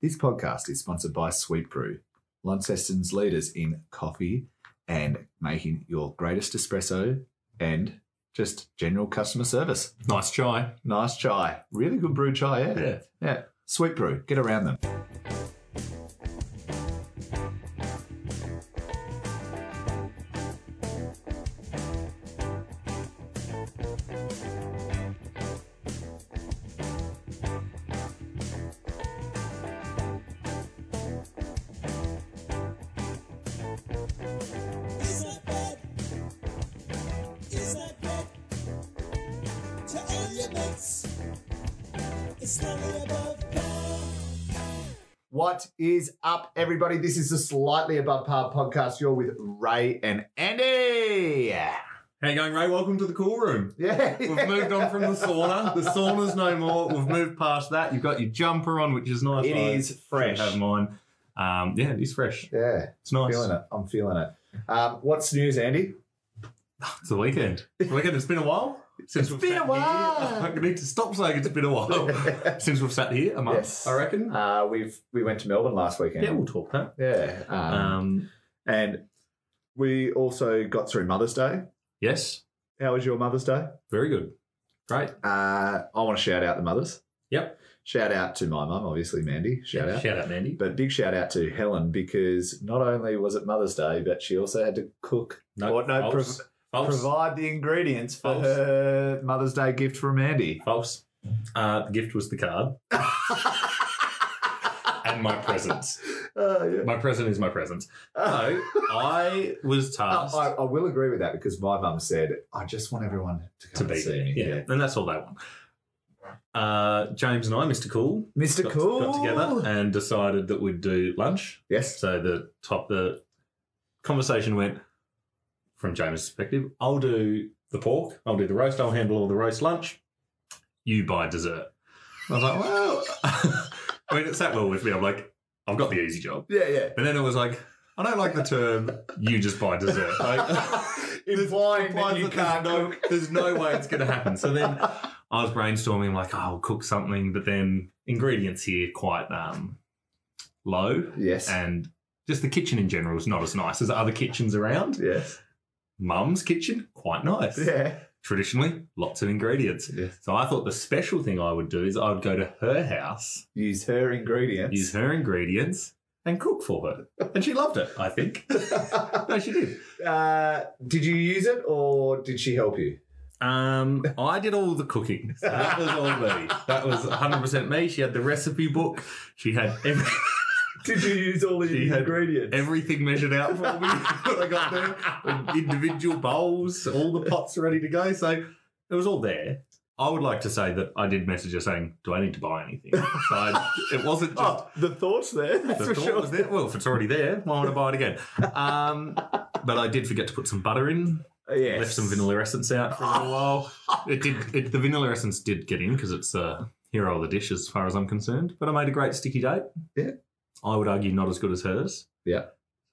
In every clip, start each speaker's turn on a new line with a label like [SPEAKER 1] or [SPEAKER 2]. [SPEAKER 1] This podcast is sponsored by Sweet Brew, Launceston's leaders in coffee and making your greatest espresso and just general customer service.
[SPEAKER 2] Nice chai.
[SPEAKER 1] Nice chai. Really good brew chai, yeah.
[SPEAKER 2] Yeah.
[SPEAKER 1] Yeah. Sweet brew. Get around them.
[SPEAKER 3] Is that bad? Is that bad? To all your mates, it's none of the above.
[SPEAKER 1] What is up, everybody? This is the Slightly Above Par podcast. You're with Ray and Andy. Yeah.
[SPEAKER 2] How you going, Ray? Welcome to the cool room. We've moved on from the sauna. The sauna's no more. We've moved past that. You've got your jumper on, which is nice.
[SPEAKER 1] It
[SPEAKER 2] I
[SPEAKER 1] is
[SPEAKER 2] should
[SPEAKER 1] fresh.
[SPEAKER 2] Have mine. Um, yeah, it is fresh.
[SPEAKER 1] Yeah.
[SPEAKER 2] It's nice.
[SPEAKER 1] Feeling it. I'm feeling it. Um, what's news, Andy?
[SPEAKER 2] It's the weekend. The weekend. It's been a while since we've
[SPEAKER 1] been
[SPEAKER 2] sat
[SPEAKER 1] a while.
[SPEAKER 2] Here. I need to stop saying it's been a while since we've sat here. A month,
[SPEAKER 1] Yes.
[SPEAKER 2] I reckon.
[SPEAKER 1] Uh, we've we went to Melbourne last weekend.
[SPEAKER 2] yeah, we'll talk that.
[SPEAKER 1] Yeah. Um,
[SPEAKER 2] Um,
[SPEAKER 1] and we also got through Mother's Day.
[SPEAKER 2] yes,
[SPEAKER 1] How was your Mother's Day?
[SPEAKER 2] very good. Great.
[SPEAKER 1] Uh, I want to shout out the mothers.
[SPEAKER 2] Yep.
[SPEAKER 1] Shout out to my mum, obviously, Mandy. Shout out.
[SPEAKER 2] Shout out, Mandy.
[SPEAKER 1] But big shout out to Helen because not only was it Mother's Day, but she also had to cook Or no,
[SPEAKER 2] false. false.
[SPEAKER 1] provide the ingredients for
[SPEAKER 2] False.
[SPEAKER 1] her Mother's Day gift from Andy.
[SPEAKER 2] False. Uh, the gift was the card and my presents.
[SPEAKER 1] Oh, yeah.
[SPEAKER 2] My present is my presents. No, I was tasked
[SPEAKER 1] Oh, Uh, I, I will agree with that because my mum said, I just want everyone to
[SPEAKER 2] to
[SPEAKER 1] come
[SPEAKER 2] be
[SPEAKER 1] and see
[SPEAKER 2] there.
[SPEAKER 1] me.
[SPEAKER 2] Yeah. and that's all they want. Uh, James and I, Mr. Cool,
[SPEAKER 1] Mr.
[SPEAKER 2] got,
[SPEAKER 1] cool.
[SPEAKER 2] got together and decided that we'd do lunch.
[SPEAKER 1] Yes.
[SPEAKER 2] So the top the conversation went from James' perspective. I'll do the pork. I'll do the roast. I'll handle all the roast lunch. You buy dessert. I was like, well, I mean, it sat well with me. I'm like, I've got the easy job.
[SPEAKER 1] Yeah, yeah.
[SPEAKER 2] But then it was like, I don't like the term "you just buy dessert." Like,
[SPEAKER 1] implying
[SPEAKER 2] implies
[SPEAKER 1] that you
[SPEAKER 2] that there's
[SPEAKER 1] can't
[SPEAKER 2] no-
[SPEAKER 1] cook.
[SPEAKER 2] There's no way it's going to happen. So then I was brainstorming, like, oh, I'll cook something, but then ingredients here quite um, low,
[SPEAKER 1] Yes.
[SPEAKER 2] and just the kitchen in general is not as nice as other kitchens around.
[SPEAKER 1] yes.
[SPEAKER 2] Mum's kitchen, quite nice.
[SPEAKER 1] Yeah.
[SPEAKER 2] Traditionally, lots of ingredients.
[SPEAKER 1] Yes.
[SPEAKER 2] So I thought the special thing I would do is I would go to her house,
[SPEAKER 1] Use her ingredients.
[SPEAKER 2] use her ingredients, and cook for her. And she loved it, I think. no, she did.
[SPEAKER 1] uh, did you use it or did she help you?
[SPEAKER 2] Um, I did all the cooking. So that was all me. That was 100% me. She had the recipe book. She had every,
[SPEAKER 1] Did you use all of
[SPEAKER 2] She
[SPEAKER 1] the
[SPEAKER 2] had
[SPEAKER 1] ingredients?
[SPEAKER 2] everything measured out for me when I got there. with Individual bowls, all the pots ready to go. So it was all there. I would like to say that I did message her saying, "Do I need to buy anything?" So I, it wasn't just
[SPEAKER 1] Oh, the thoughts there. That's
[SPEAKER 2] the
[SPEAKER 1] for
[SPEAKER 2] thought
[SPEAKER 1] sure.
[SPEAKER 2] was there. Well, if it's already there, why would I buy it again? Um, but I did forget to put some butter in.
[SPEAKER 1] Uh, Yes.
[SPEAKER 2] Left some vanilla essence out for a little while. It did. It, the vanilla essence did get in because it's uh, hero of the dish as far as I'm concerned. But I made a great sticky date.
[SPEAKER 1] Yeah.
[SPEAKER 2] I would argue not as good as hers.
[SPEAKER 1] Yeah.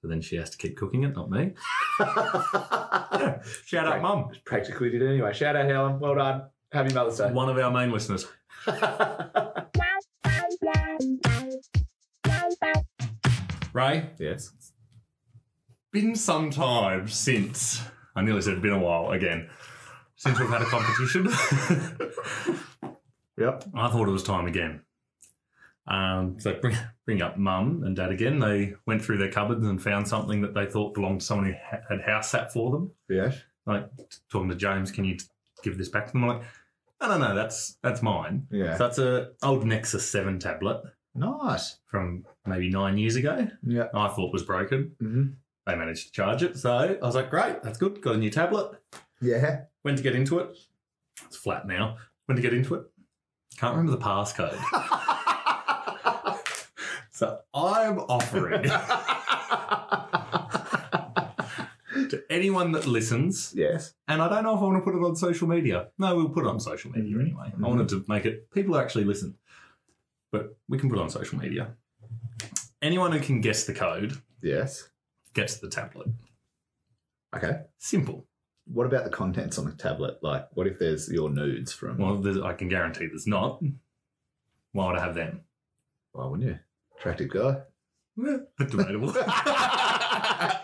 [SPEAKER 2] So then she has to keep cooking it, not me. Shout out,
[SPEAKER 1] Great.
[SPEAKER 2] mum.
[SPEAKER 1] Practically did anyway. Shout out Helen. Well done. Happy Mother's Day.
[SPEAKER 2] One of our main listeners. Ray,
[SPEAKER 1] yes.
[SPEAKER 2] been some time since I nearly said been a while again. Since we've had a competition,
[SPEAKER 1] Yep.
[SPEAKER 2] I thought it was time again. Um, so bring bring up mum and dad again. They went through their cupboards and found something that they thought belonged to someone who ha- had house sat for them.
[SPEAKER 1] Yes.
[SPEAKER 2] Like talking to James, can you t- give this back to them? I'm like, no, no, no, that's that's mine.
[SPEAKER 1] Yeah.
[SPEAKER 2] So that's a old Nexus Seven tablet
[SPEAKER 1] nice.
[SPEAKER 2] from maybe nine years ago.
[SPEAKER 1] Yeah.
[SPEAKER 2] I thought was broken.
[SPEAKER 1] Mm-hmm.
[SPEAKER 2] They managed to charge it, so I was like, great, that's good. Got a new tablet.
[SPEAKER 1] Yeah.
[SPEAKER 2] Went to get into it. It's flat now. Went to get into it. Can't remember the passcode. So I'm offering to anyone that listens,
[SPEAKER 1] yes.
[SPEAKER 2] and I don't know if I want to put it on social media. No, we'll put it on social media
[SPEAKER 1] Mm-hmm.
[SPEAKER 2] anyway. I wanted to make it people actually listen, but we can put it on social media. Anyone who can guess the code
[SPEAKER 1] Yes.
[SPEAKER 2] gets the tablet.
[SPEAKER 1] Okay.
[SPEAKER 2] Simple.
[SPEAKER 1] What about the contents on the tablet? Like, what if there's your nudes from?
[SPEAKER 2] Well, there's, I can guarantee there's not. Why would I have them?
[SPEAKER 1] Why Oh, wouldn't you? Attractive guy.
[SPEAKER 2] Debatable.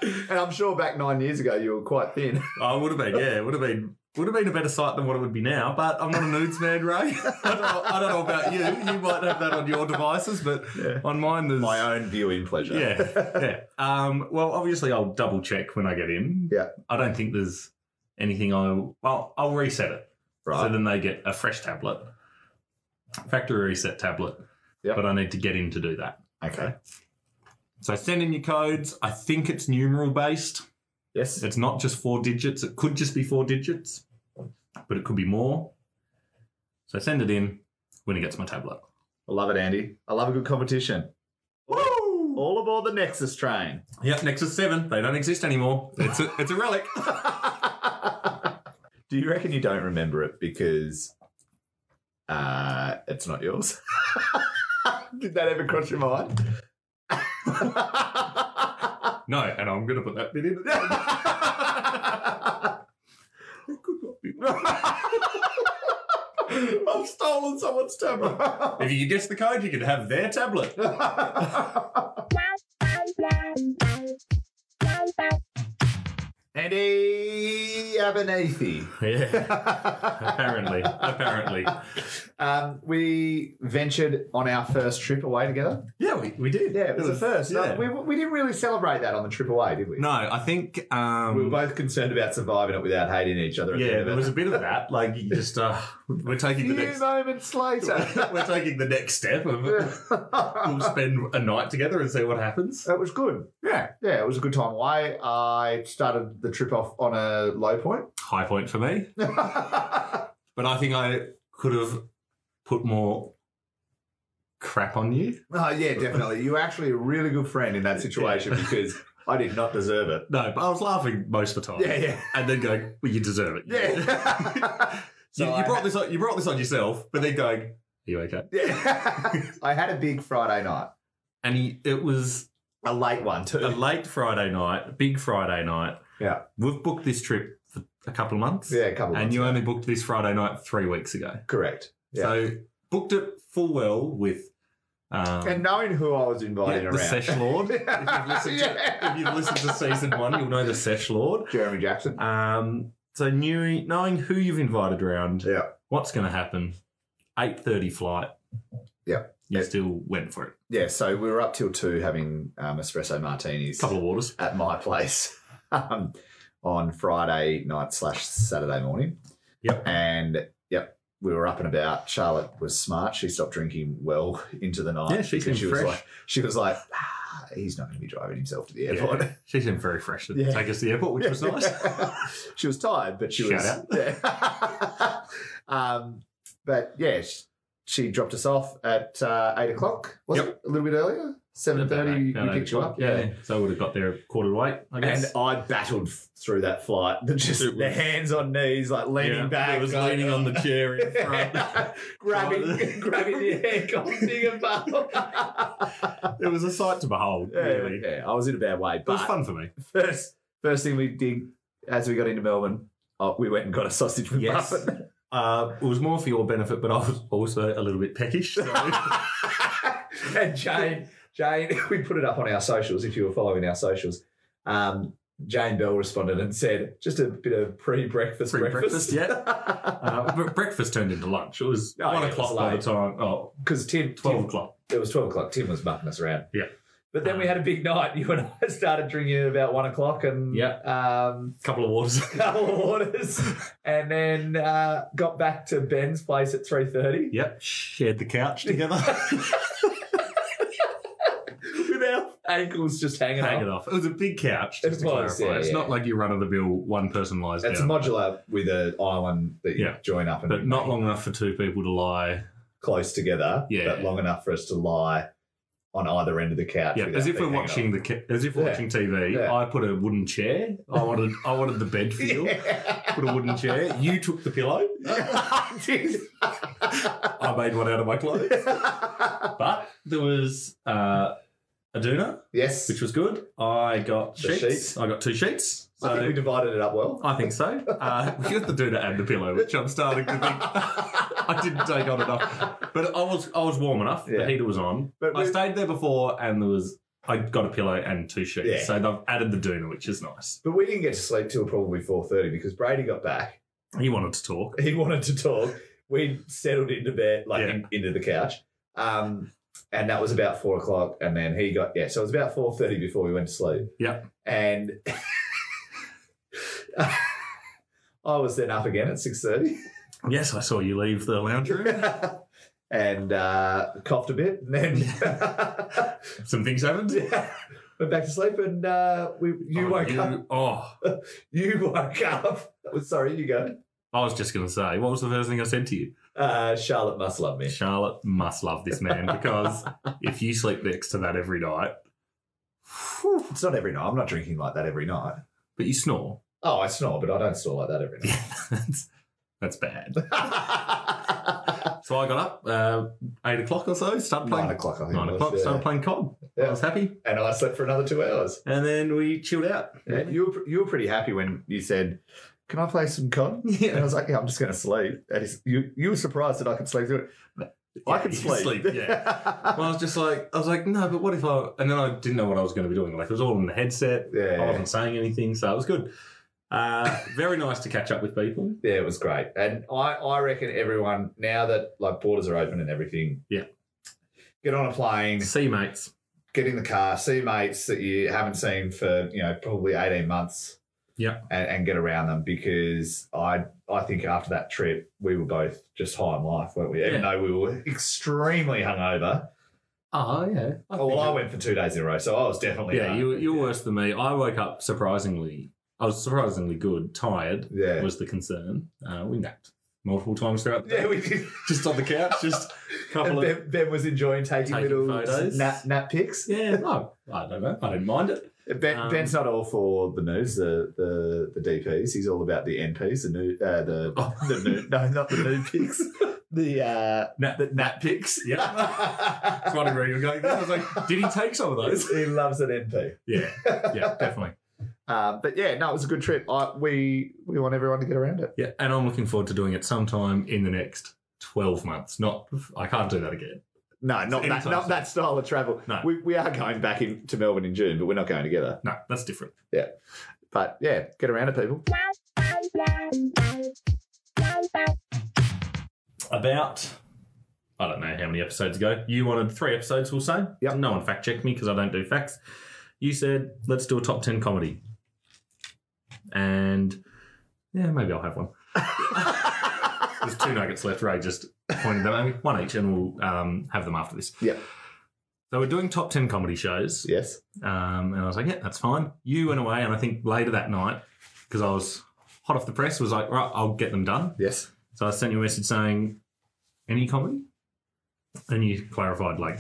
[SPEAKER 1] and I'm sure back nine years ago you were quite thin.
[SPEAKER 2] I would have been, yeah, Oh, it would have been would have been a better sight than what it would be now, but I'm not a nudes man, Ray. I, don't know, I don't know about you. You might have that on your devices, but
[SPEAKER 1] Yeah.
[SPEAKER 2] on mine there's
[SPEAKER 1] My own viewing pleasure.
[SPEAKER 2] Yeah. Yeah. Um, well obviously I'll double check when I get in.
[SPEAKER 1] Yeah.
[SPEAKER 2] I don't think there's anything I well, I'll reset it.
[SPEAKER 1] right.
[SPEAKER 2] So then they get a fresh tablet. Factory reset tablet.
[SPEAKER 1] Yep.
[SPEAKER 2] But I need to get in to do that.
[SPEAKER 1] okay.
[SPEAKER 2] So send in your codes. I think it's numeral based.
[SPEAKER 1] Yes.
[SPEAKER 2] It's not just four digits. It could just be four digits, but it could be more. So send it in when he gets my tablet.
[SPEAKER 1] I love it, Andy. I love a good competition.
[SPEAKER 2] Woo!
[SPEAKER 1] All aboard the Nexus train.
[SPEAKER 2] Yep, Nexus 7. They don't exist anymore. It's a, it's a relic.
[SPEAKER 1] Do you reckon you don't remember it because uh, it's not yours? Did that ever cross your mind?
[SPEAKER 2] No, and I'm going to put that bit in. It could not be.
[SPEAKER 1] I've stolen someone's tablet.
[SPEAKER 2] If you guess the code, you could have their tablet.
[SPEAKER 1] Andy Abernathy.
[SPEAKER 2] Yeah. Apparently. Apparently.
[SPEAKER 1] Um, we ventured on our first trip away together.
[SPEAKER 2] Yeah, we, we did.
[SPEAKER 1] Yeah, it was, the first. No,
[SPEAKER 2] yeah.
[SPEAKER 1] we, we didn't really celebrate that on the trip away, did we?
[SPEAKER 2] No, I think. Um,
[SPEAKER 1] We were both concerned about surviving it without hating each other. At the end
[SPEAKER 2] yeah,
[SPEAKER 1] of
[SPEAKER 2] there
[SPEAKER 1] it.
[SPEAKER 2] was a bit of that. Like, you just, uh, we're taking
[SPEAKER 1] few
[SPEAKER 2] the next
[SPEAKER 1] moments
[SPEAKER 2] we're
[SPEAKER 1] later.
[SPEAKER 2] taking the next step of we'll
[SPEAKER 1] that
[SPEAKER 2] spend a night together and see what happens.
[SPEAKER 1] was good.
[SPEAKER 2] Yeah.
[SPEAKER 1] Yeah, it was a good time away. I started the trip off on a low point.
[SPEAKER 2] High point for me. But I think I could have put more crap on you.
[SPEAKER 1] Oh yeah, definitely. You were actually a really good friend in that situation because I did not deserve it.
[SPEAKER 2] No, but I was laughing most of the time.
[SPEAKER 1] Yeah, yeah,
[SPEAKER 2] And then going, well, you deserve it.
[SPEAKER 1] yeah.
[SPEAKER 2] you, you
[SPEAKER 1] I-
[SPEAKER 2] brought this on, you brought this on yourself, but then going, are you okay?
[SPEAKER 1] yeah. I had a big Friday night,
[SPEAKER 2] And he, it was
[SPEAKER 1] a late one too.
[SPEAKER 2] a late Friday night, big Friday night.
[SPEAKER 1] Yeah.
[SPEAKER 2] We've booked this trip for a couple of months.
[SPEAKER 1] yeah, a couple.
[SPEAKER 2] And
[SPEAKER 1] months
[SPEAKER 2] you
[SPEAKER 1] ago.
[SPEAKER 2] only booked this Friday night three weeks ago.
[SPEAKER 1] correct. Yeah.
[SPEAKER 2] So booked it full well with um,
[SPEAKER 1] and knowing who I was
[SPEAKER 2] yeah,
[SPEAKER 1] inviting
[SPEAKER 2] the
[SPEAKER 1] around,
[SPEAKER 2] Sesh Lord. if, you've listened to,
[SPEAKER 1] Yeah.
[SPEAKER 2] if you've listened to season one, you'll know the Sesh Lord.
[SPEAKER 1] Jeremy Jackson.
[SPEAKER 2] Um, so knowing, knowing who you've invited around,
[SPEAKER 1] Yeah.
[SPEAKER 2] what's going to happen, eight thirty flight.
[SPEAKER 1] Yeah.
[SPEAKER 2] you
[SPEAKER 1] Yeah.
[SPEAKER 2] still went for it.
[SPEAKER 1] Yeah, so we were up till two having um, espresso martinis
[SPEAKER 2] couple of waters.
[SPEAKER 1] at my place um, on Friday night slash Saturday morning.
[SPEAKER 2] Yep.
[SPEAKER 1] And yep, we were up and about. Charlotte was smart. She stopped drinking well into the night.
[SPEAKER 2] Yeah, she
[SPEAKER 1] because
[SPEAKER 2] seemed fresh.
[SPEAKER 1] Was like, she was like, ah, he's not going to be driving himself to the airport.
[SPEAKER 2] Yeah. She seemed very fresh to
[SPEAKER 1] Yeah.
[SPEAKER 2] take us to the airport, which was nice.
[SPEAKER 1] she was tired, but she
[SPEAKER 2] Shout
[SPEAKER 1] was.
[SPEAKER 2] out.
[SPEAKER 1] Yeah. um, but yeah, she, she dropped us off at uh, eight o'clock. Was
[SPEAKER 2] Yep.
[SPEAKER 1] it a little bit earlier? Seven thirty. We picked you up.
[SPEAKER 2] Yeah. So I would have got there quarter to eight, I guess.
[SPEAKER 1] And I battled f- through that flight, The- just
[SPEAKER 2] It was-
[SPEAKER 1] the hands on knees, like leaning
[SPEAKER 2] Yeah,
[SPEAKER 1] back.
[SPEAKER 2] I was
[SPEAKER 1] like-
[SPEAKER 2] leaning on the chair in front.
[SPEAKER 1] grabbing, grabbing your hair, costing above.
[SPEAKER 2] it was a sight to behold, really.
[SPEAKER 1] yeah, yeah, I was in a bad way,
[SPEAKER 2] It was
[SPEAKER 1] but
[SPEAKER 2] fun for me.
[SPEAKER 1] first, first thing we did as we got into Melbourne, uh, we went and got a sausage with
[SPEAKER 2] Yes.
[SPEAKER 1] muffin.
[SPEAKER 2] Uh, it was more for your benefit, but I was also a little bit peckish. So. uh,
[SPEAKER 1] and Jane, Jane, we put it up on our socials. If you were following our socials, um, Jane Bell responded and said, "Just a bit of pre-breakfast
[SPEAKER 2] Pre-breakfast,
[SPEAKER 1] breakfast."
[SPEAKER 2] Uh, but breakfast turned into lunch. It was
[SPEAKER 1] Oh,
[SPEAKER 2] one
[SPEAKER 1] yeah, it
[SPEAKER 2] o'clock
[SPEAKER 1] was
[SPEAKER 2] by
[SPEAKER 1] late.
[SPEAKER 2] the time. Oh,
[SPEAKER 1] because Tim,
[SPEAKER 2] 12
[SPEAKER 1] Tim-
[SPEAKER 2] o'clock.
[SPEAKER 1] It was twelve o'clock. Tim was bucking us around.
[SPEAKER 2] Yeah.
[SPEAKER 1] But then we had a big night. You and I started drinking at about one o'clock, and
[SPEAKER 2] Yeah.
[SPEAKER 1] um,
[SPEAKER 2] Couple of waters.
[SPEAKER 1] couple of waters, and then uh, got back to Ben's place at three thirty.
[SPEAKER 2] yep. Shared the couch together.
[SPEAKER 1] with our ankles just hanging
[SPEAKER 2] Hang it
[SPEAKER 1] out.
[SPEAKER 2] off. It was a big couch.
[SPEAKER 1] It
[SPEAKER 2] Just to
[SPEAKER 1] was,
[SPEAKER 2] clarify.
[SPEAKER 1] yeah,
[SPEAKER 2] it's
[SPEAKER 1] yeah.
[SPEAKER 2] not like you run of the bill. One person lies
[SPEAKER 1] It's a
[SPEAKER 2] down,
[SPEAKER 1] modular with an island that you
[SPEAKER 2] Yeah.
[SPEAKER 1] join up and
[SPEAKER 2] but not long enough for two people to lie.
[SPEAKER 1] close together,
[SPEAKER 2] Yeah.
[SPEAKER 1] but long enough for us to lie on either end of the couch.
[SPEAKER 2] Yeah,
[SPEAKER 1] without
[SPEAKER 2] as if we're
[SPEAKER 1] being hanged
[SPEAKER 2] watching the ca- as if we're
[SPEAKER 1] Yeah.
[SPEAKER 2] watching TV.
[SPEAKER 1] Yeah.
[SPEAKER 2] I put a wooden chair. I wanted I wanted the bed for you.
[SPEAKER 1] up.
[SPEAKER 2] Put a wooden chair. You took the pillow.
[SPEAKER 1] Yeah.
[SPEAKER 2] I made one out of my clothes. But there was uh, Aduna,
[SPEAKER 1] Yes.
[SPEAKER 2] which was good. I got
[SPEAKER 1] The
[SPEAKER 2] sheets.
[SPEAKER 1] sheets.
[SPEAKER 2] I got two sheets. So
[SPEAKER 1] I think we divided it up well.
[SPEAKER 2] I think so. Uh, we got the Aduna and the pillow, which I'm starting to think I didn't take on enough. But I was I was warm enough.
[SPEAKER 1] Yeah.
[SPEAKER 2] The heater was on.
[SPEAKER 1] But
[SPEAKER 2] I
[SPEAKER 1] we-
[SPEAKER 2] stayed there before, and there was I got a pillow and two sheets.
[SPEAKER 1] Yeah.
[SPEAKER 2] So they've added the Duna, which is nice.
[SPEAKER 1] But we didn't get to sleep till probably four thirty because Brady got back.
[SPEAKER 2] He wanted to talk.
[SPEAKER 1] He wanted to talk. We settled into bed, like
[SPEAKER 2] Yeah.
[SPEAKER 1] in- into the couch, um, and that was about four o'clock. And then he got yeah, so it was about four thirty before we went to sleep.
[SPEAKER 2] Yeah.
[SPEAKER 1] and I was then up again at six thirty,
[SPEAKER 2] Yes, I saw you leave the lounge room.
[SPEAKER 1] and uh, coughed a bit, and then
[SPEAKER 2] Some things happened.
[SPEAKER 1] yeah, went back to sleep. And uh, we you
[SPEAKER 2] Oh,
[SPEAKER 1] woke up.
[SPEAKER 2] Oh,
[SPEAKER 1] You woke up. Sorry, you go.
[SPEAKER 2] I was just going to say, what was the first thing I said to you?
[SPEAKER 1] Uh, Charlotte must love me.
[SPEAKER 2] Charlotte must love this man because if you sleep next to that every night,
[SPEAKER 1] Whew.
[SPEAKER 4] It's not every night. I'm not drinking like that every night.
[SPEAKER 2] but you snore,
[SPEAKER 1] Oh, I snore, but I don't snore like that every night.
[SPEAKER 2] that's, that's bad.
[SPEAKER 1] Nine
[SPEAKER 2] So I got up uh, eight o'clock or so, started playing nine,
[SPEAKER 1] o'clock, I think. it was,
[SPEAKER 2] o'clock,
[SPEAKER 1] yeah.
[SPEAKER 2] started playing COD.
[SPEAKER 1] Yeah.
[SPEAKER 2] I was happy,
[SPEAKER 1] And I slept for another two hours.
[SPEAKER 2] and then we chilled out.
[SPEAKER 4] Yeah, you were you were pretty happy when you said, "Can I play some COD?" And I
[SPEAKER 2] Yeah.
[SPEAKER 4] was like, "Yeah, I'm just going to sleep." And it's- you you were surprised that I could sleep through it. I
[SPEAKER 2] Yeah,
[SPEAKER 4] could
[SPEAKER 2] you
[SPEAKER 4] sleep.
[SPEAKER 2] sleep, Well, I was just like, I was like, no, but what if I? And then I didn't know what I was going to be doing. Like it was all in the headset. I
[SPEAKER 1] Yeah.
[SPEAKER 2] wasn't saying anything, so it was good. Uh, very nice to catch up with people.
[SPEAKER 1] Yeah, it was great. And I, I reckon everyone, now that like borders are open and everything,
[SPEAKER 2] Yeah.
[SPEAKER 1] Get on a plane,
[SPEAKER 2] See you, mates.
[SPEAKER 1] get in the car, see mates that you haven't seen for, you know, probably 18 months.
[SPEAKER 2] Yeah.
[SPEAKER 1] And, and get around them because I I think after that trip, we were both just high on life, weren't we? Even
[SPEAKER 2] Yeah.
[SPEAKER 1] though we were extremely hungover.
[SPEAKER 2] Oh yeah.
[SPEAKER 1] Oh, well, I went for two days in a row, so I was definitely
[SPEAKER 2] Yeah,
[SPEAKER 1] up.
[SPEAKER 2] you, you're worse than me. I woke up surprisingly. I was surprisingly good. Tired
[SPEAKER 1] Yeah,
[SPEAKER 2] was the concern. Uh, we napped multiple times throughout. The
[SPEAKER 1] yeah,
[SPEAKER 2] day.
[SPEAKER 1] we did.
[SPEAKER 2] just on the couch. Just a
[SPEAKER 1] And
[SPEAKER 2] couple of
[SPEAKER 1] ben, ben was enjoying taking,
[SPEAKER 2] Taking
[SPEAKER 1] little
[SPEAKER 2] photos.
[SPEAKER 1] nap nap pics.
[SPEAKER 2] yeah. No, I don't know. I didn't mind it.
[SPEAKER 1] Ben,
[SPEAKER 2] Um,
[SPEAKER 1] Ben's not all for the news, the the the DPS. He's all about the NPs, the new uh, the
[SPEAKER 2] Oh.
[SPEAKER 1] the new no, not the new pics, the uh,
[SPEAKER 2] Nap-
[SPEAKER 1] the nap pics.
[SPEAKER 2] Yeah. That's what I where you were going. I was like, did he take some of those?
[SPEAKER 1] he loves an NP.
[SPEAKER 2] Yeah. Yeah. Definitely.
[SPEAKER 1] Uh, but yeah, no, it was a good trip. I, we we want everyone to get around it.
[SPEAKER 2] Yeah. And I'm looking forward to doing it sometime in the next. 12 months. Not, I can't do that again.
[SPEAKER 1] No, not that,
[SPEAKER 2] Anytime
[SPEAKER 1] not
[SPEAKER 2] soon.
[SPEAKER 1] that style of travel.
[SPEAKER 2] No.
[SPEAKER 1] We, we are going back in, to Melbourne in June, but we're not going together.
[SPEAKER 2] No, that's different.
[SPEAKER 1] But yeah, get around it, people.
[SPEAKER 2] About, I don't know how many episodes ago, you wanted three episodes, we'll say.
[SPEAKER 1] Yep.
[SPEAKER 2] No one fact checked me because I don't do facts. You said, let's do a top 10 comedy. And yeah, maybe I'll have one. There's two nuggets left. Ray just pointed them at me. One each, and we'll um, have them after this.
[SPEAKER 1] Yep.
[SPEAKER 2] So we're doing top 10 comedy shows.
[SPEAKER 1] yes.
[SPEAKER 2] Um, and I was like, yeah, that's fine. You went away, and I think later that night, because I was hot off the press, was like, right, I'll get them done.
[SPEAKER 1] Yes.
[SPEAKER 2] So I sent you a message saying, any comedy? And you clarified, like,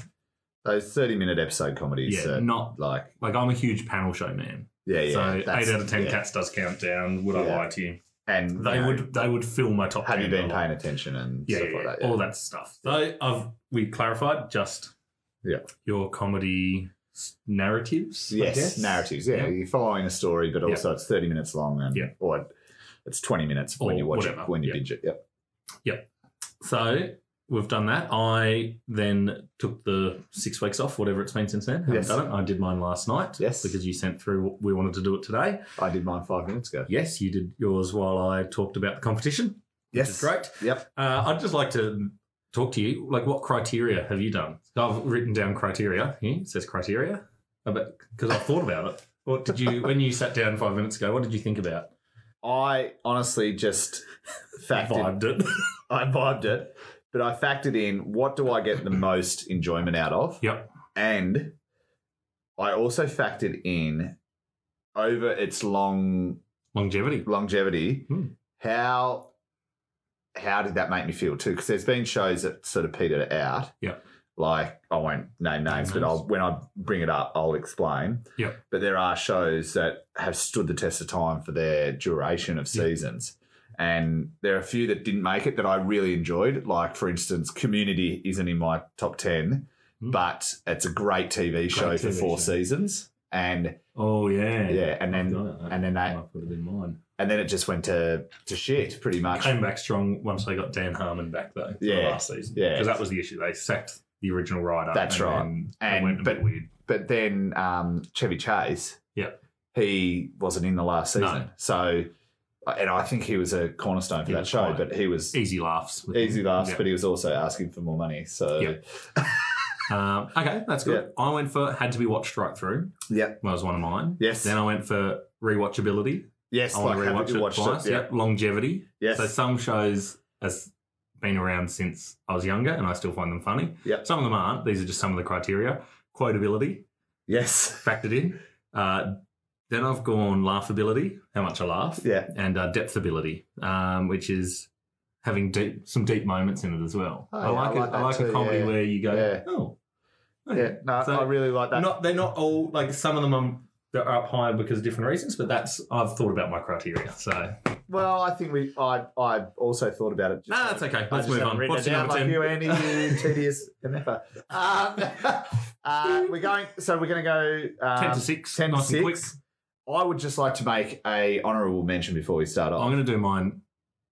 [SPEAKER 1] Those 30 minute episode comedies.
[SPEAKER 2] yeah,
[SPEAKER 1] uh,
[SPEAKER 2] not
[SPEAKER 1] like,
[SPEAKER 2] like I'm a huge panel show man.
[SPEAKER 1] yeah, yeah.
[SPEAKER 2] so
[SPEAKER 1] that's-
[SPEAKER 2] eight out of ten
[SPEAKER 1] yeah.
[SPEAKER 2] cats does count down. Would
[SPEAKER 1] Yeah.
[SPEAKER 2] I lie to you?
[SPEAKER 1] And
[SPEAKER 2] They
[SPEAKER 1] you know,
[SPEAKER 2] would. They would fill my top.
[SPEAKER 1] Have you
[SPEAKER 2] 10
[SPEAKER 1] been
[SPEAKER 2] a lot.
[SPEAKER 1] paying attention and
[SPEAKER 2] Yeah,
[SPEAKER 1] stuff
[SPEAKER 2] yeah,
[SPEAKER 1] like that?
[SPEAKER 2] yeah. all that stuff. So I've we clarified just
[SPEAKER 1] Yeah.
[SPEAKER 2] your comedy s- narratives. I
[SPEAKER 1] Yes,
[SPEAKER 2] guess.
[SPEAKER 1] narratives. Yeah,
[SPEAKER 2] Yeah.
[SPEAKER 1] you're following a story, but also it's 30 minutes long, and
[SPEAKER 2] Yeah.
[SPEAKER 1] or it's 20 minutes when
[SPEAKER 2] Or
[SPEAKER 1] you watch it,
[SPEAKER 2] whatever,
[SPEAKER 1] when you
[SPEAKER 2] yeah.
[SPEAKER 1] binge it. Yep.
[SPEAKER 2] So we've done that. I then took the six weeks off, whatever it's been since then. Haven't
[SPEAKER 1] Yes.
[SPEAKER 2] done it. I did mine last night.
[SPEAKER 1] Yes.
[SPEAKER 2] Because you sent through, we wanted to do it today.
[SPEAKER 1] I did mine five minutes ago.
[SPEAKER 2] Yes, you did yours while I talked about the competition.
[SPEAKER 4] Yes,
[SPEAKER 2] Which is great.
[SPEAKER 1] Yep.
[SPEAKER 2] Uh, I'd just like to talk to you. Like, what criteria have you done? I've written down criteria. Here it says criteria, because I've thought about it. What did you when you sat down five minutes ago? What did you think about?
[SPEAKER 1] I honestly just factored,
[SPEAKER 2] Vibed it.
[SPEAKER 1] I vibed it, but I factored in what do I get the most enjoyment out of?
[SPEAKER 2] Yep.
[SPEAKER 1] And I also factored in over its long
[SPEAKER 2] Longevity.
[SPEAKER 1] longevity,
[SPEAKER 2] Hmm.
[SPEAKER 1] how how did that make me feel too? Because there's been shows that sort of petered out.
[SPEAKER 2] Yeah.
[SPEAKER 1] Like I won't name names, but
[SPEAKER 2] names.
[SPEAKER 1] I'll when I bring it up, I'll explain.
[SPEAKER 2] Yeah.
[SPEAKER 1] But there are shows that have stood the test of time for their duration of
[SPEAKER 2] Yeah.
[SPEAKER 1] seasons. And there are a few that didn't make it that I really enjoyed. Like, for instance, Community isn't in my top 10
[SPEAKER 2] Hmm.
[SPEAKER 1] but it's a great TV show for
[SPEAKER 2] TV
[SPEAKER 1] four
[SPEAKER 2] show.
[SPEAKER 1] seasons. And
[SPEAKER 2] Oh yeah,
[SPEAKER 1] yeah, and
[SPEAKER 2] I've
[SPEAKER 1] then
[SPEAKER 2] got it.
[SPEAKER 1] and then they-
[SPEAKER 2] might put it in mine.
[SPEAKER 1] and then it just went to to shit pretty much.
[SPEAKER 2] Came back strong once they got Dan Harmon back though. for
[SPEAKER 1] Yeah.
[SPEAKER 2] last season.
[SPEAKER 1] Yeah.
[SPEAKER 2] because that was the issue. They sacked the original writer.
[SPEAKER 1] That's
[SPEAKER 2] and
[SPEAKER 1] right.
[SPEAKER 2] then it
[SPEAKER 1] And-
[SPEAKER 2] went a
[SPEAKER 1] but-
[SPEAKER 2] bit weird.
[SPEAKER 1] But then um, Chevy Chase,
[SPEAKER 2] Yep.
[SPEAKER 1] he wasn't in the last season.
[SPEAKER 2] No.
[SPEAKER 1] So, and I think he was a cornerstone for
[SPEAKER 2] He
[SPEAKER 1] that
[SPEAKER 2] was
[SPEAKER 1] show,
[SPEAKER 2] fine.
[SPEAKER 1] but he was
[SPEAKER 2] Easy laughs. with
[SPEAKER 1] easy
[SPEAKER 2] him.
[SPEAKER 1] laughs,
[SPEAKER 2] Yeah.
[SPEAKER 1] but he was also asking for more money. So,
[SPEAKER 2] Yep. Um, okay, that's good. I went for had to be watched right through.
[SPEAKER 1] Yep.
[SPEAKER 2] That was one of mine.
[SPEAKER 1] yes,
[SPEAKER 2] Then I went for rewatchability.
[SPEAKER 1] yes,
[SPEAKER 2] I want
[SPEAKER 1] like,
[SPEAKER 2] to
[SPEAKER 1] have
[SPEAKER 2] rewatch
[SPEAKER 1] you
[SPEAKER 2] it
[SPEAKER 1] watched
[SPEAKER 2] twice.
[SPEAKER 1] it? Yeah.
[SPEAKER 2] Yep. Longevity.
[SPEAKER 1] Yes,
[SPEAKER 2] So some shows has been around since I was younger, and I still find them funny.
[SPEAKER 1] Yep.
[SPEAKER 2] Some of them aren't. These are just some of the criteria. Quotability
[SPEAKER 1] yes,
[SPEAKER 2] factored in. Uh, then I've gone laughability, how much I laugh,
[SPEAKER 1] yeah,
[SPEAKER 2] and uh, depthability, um, which is having deep, some deep moments in it as well.
[SPEAKER 1] Oh,
[SPEAKER 2] I
[SPEAKER 1] yeah,
[SPEAKER 2] like
[SPEAKER 1] I
[SPEAKER 2] it.
[SPEAKER 1] like
[SPEAKER 2] I
[SPEAKER 1] that
[SPEAKER 2] like a
[SPEAKER 1] too,
[SPEAKER 2] comedy
[SPEAKER 1] yeah.
[SPEAKER 2] where you go,
[SPEAKER 1] Yeah.
[SPEAKER 2] oh, okay.
[SPEAKER 1] yeah. No,
[SPEAKER 2] So-
[SPEAKER 1] I really like that.
[SPEAKER 2] not they're not all like some of them are, they're up higher because of different reasons, but that's I've thought about my criteria. So
[SPEAKER 1] well, I think we. I I also thought about it. just
[SPEAKER 2] nah, Ah, that's okay.
[SPEAKER 1] I
[SPEAKER 2] Let's
[SPEAKER 1] just
[SPEAKER 2] move
[SPEAKER 1] haven't
[SPEAKER 2] on.
[SPEAKER 1] written
[SPEAKER 2] What's
[SPEAKER 1] it
[SPEAKER 2] your
[SPEAKER 1] down
[SPEAKER 2] number
[SPEAKER 1] like
[SPEAKER 2] ten?
[SPEAKER 1] you, Andy, you tedious mf'er. Um, uh, we're going. So we're going to go um,
[SPEAKER 2] ten to six.
[SPEAKER 1] 10 to
[SPEAKER 2] nice and quick.
[SPEAKER 1] six. I would just like to make a honourable mention before we start
[SPEAKER 2] I'm
[SPEAKER 1] off.
[SPEAKER 2] going to do mine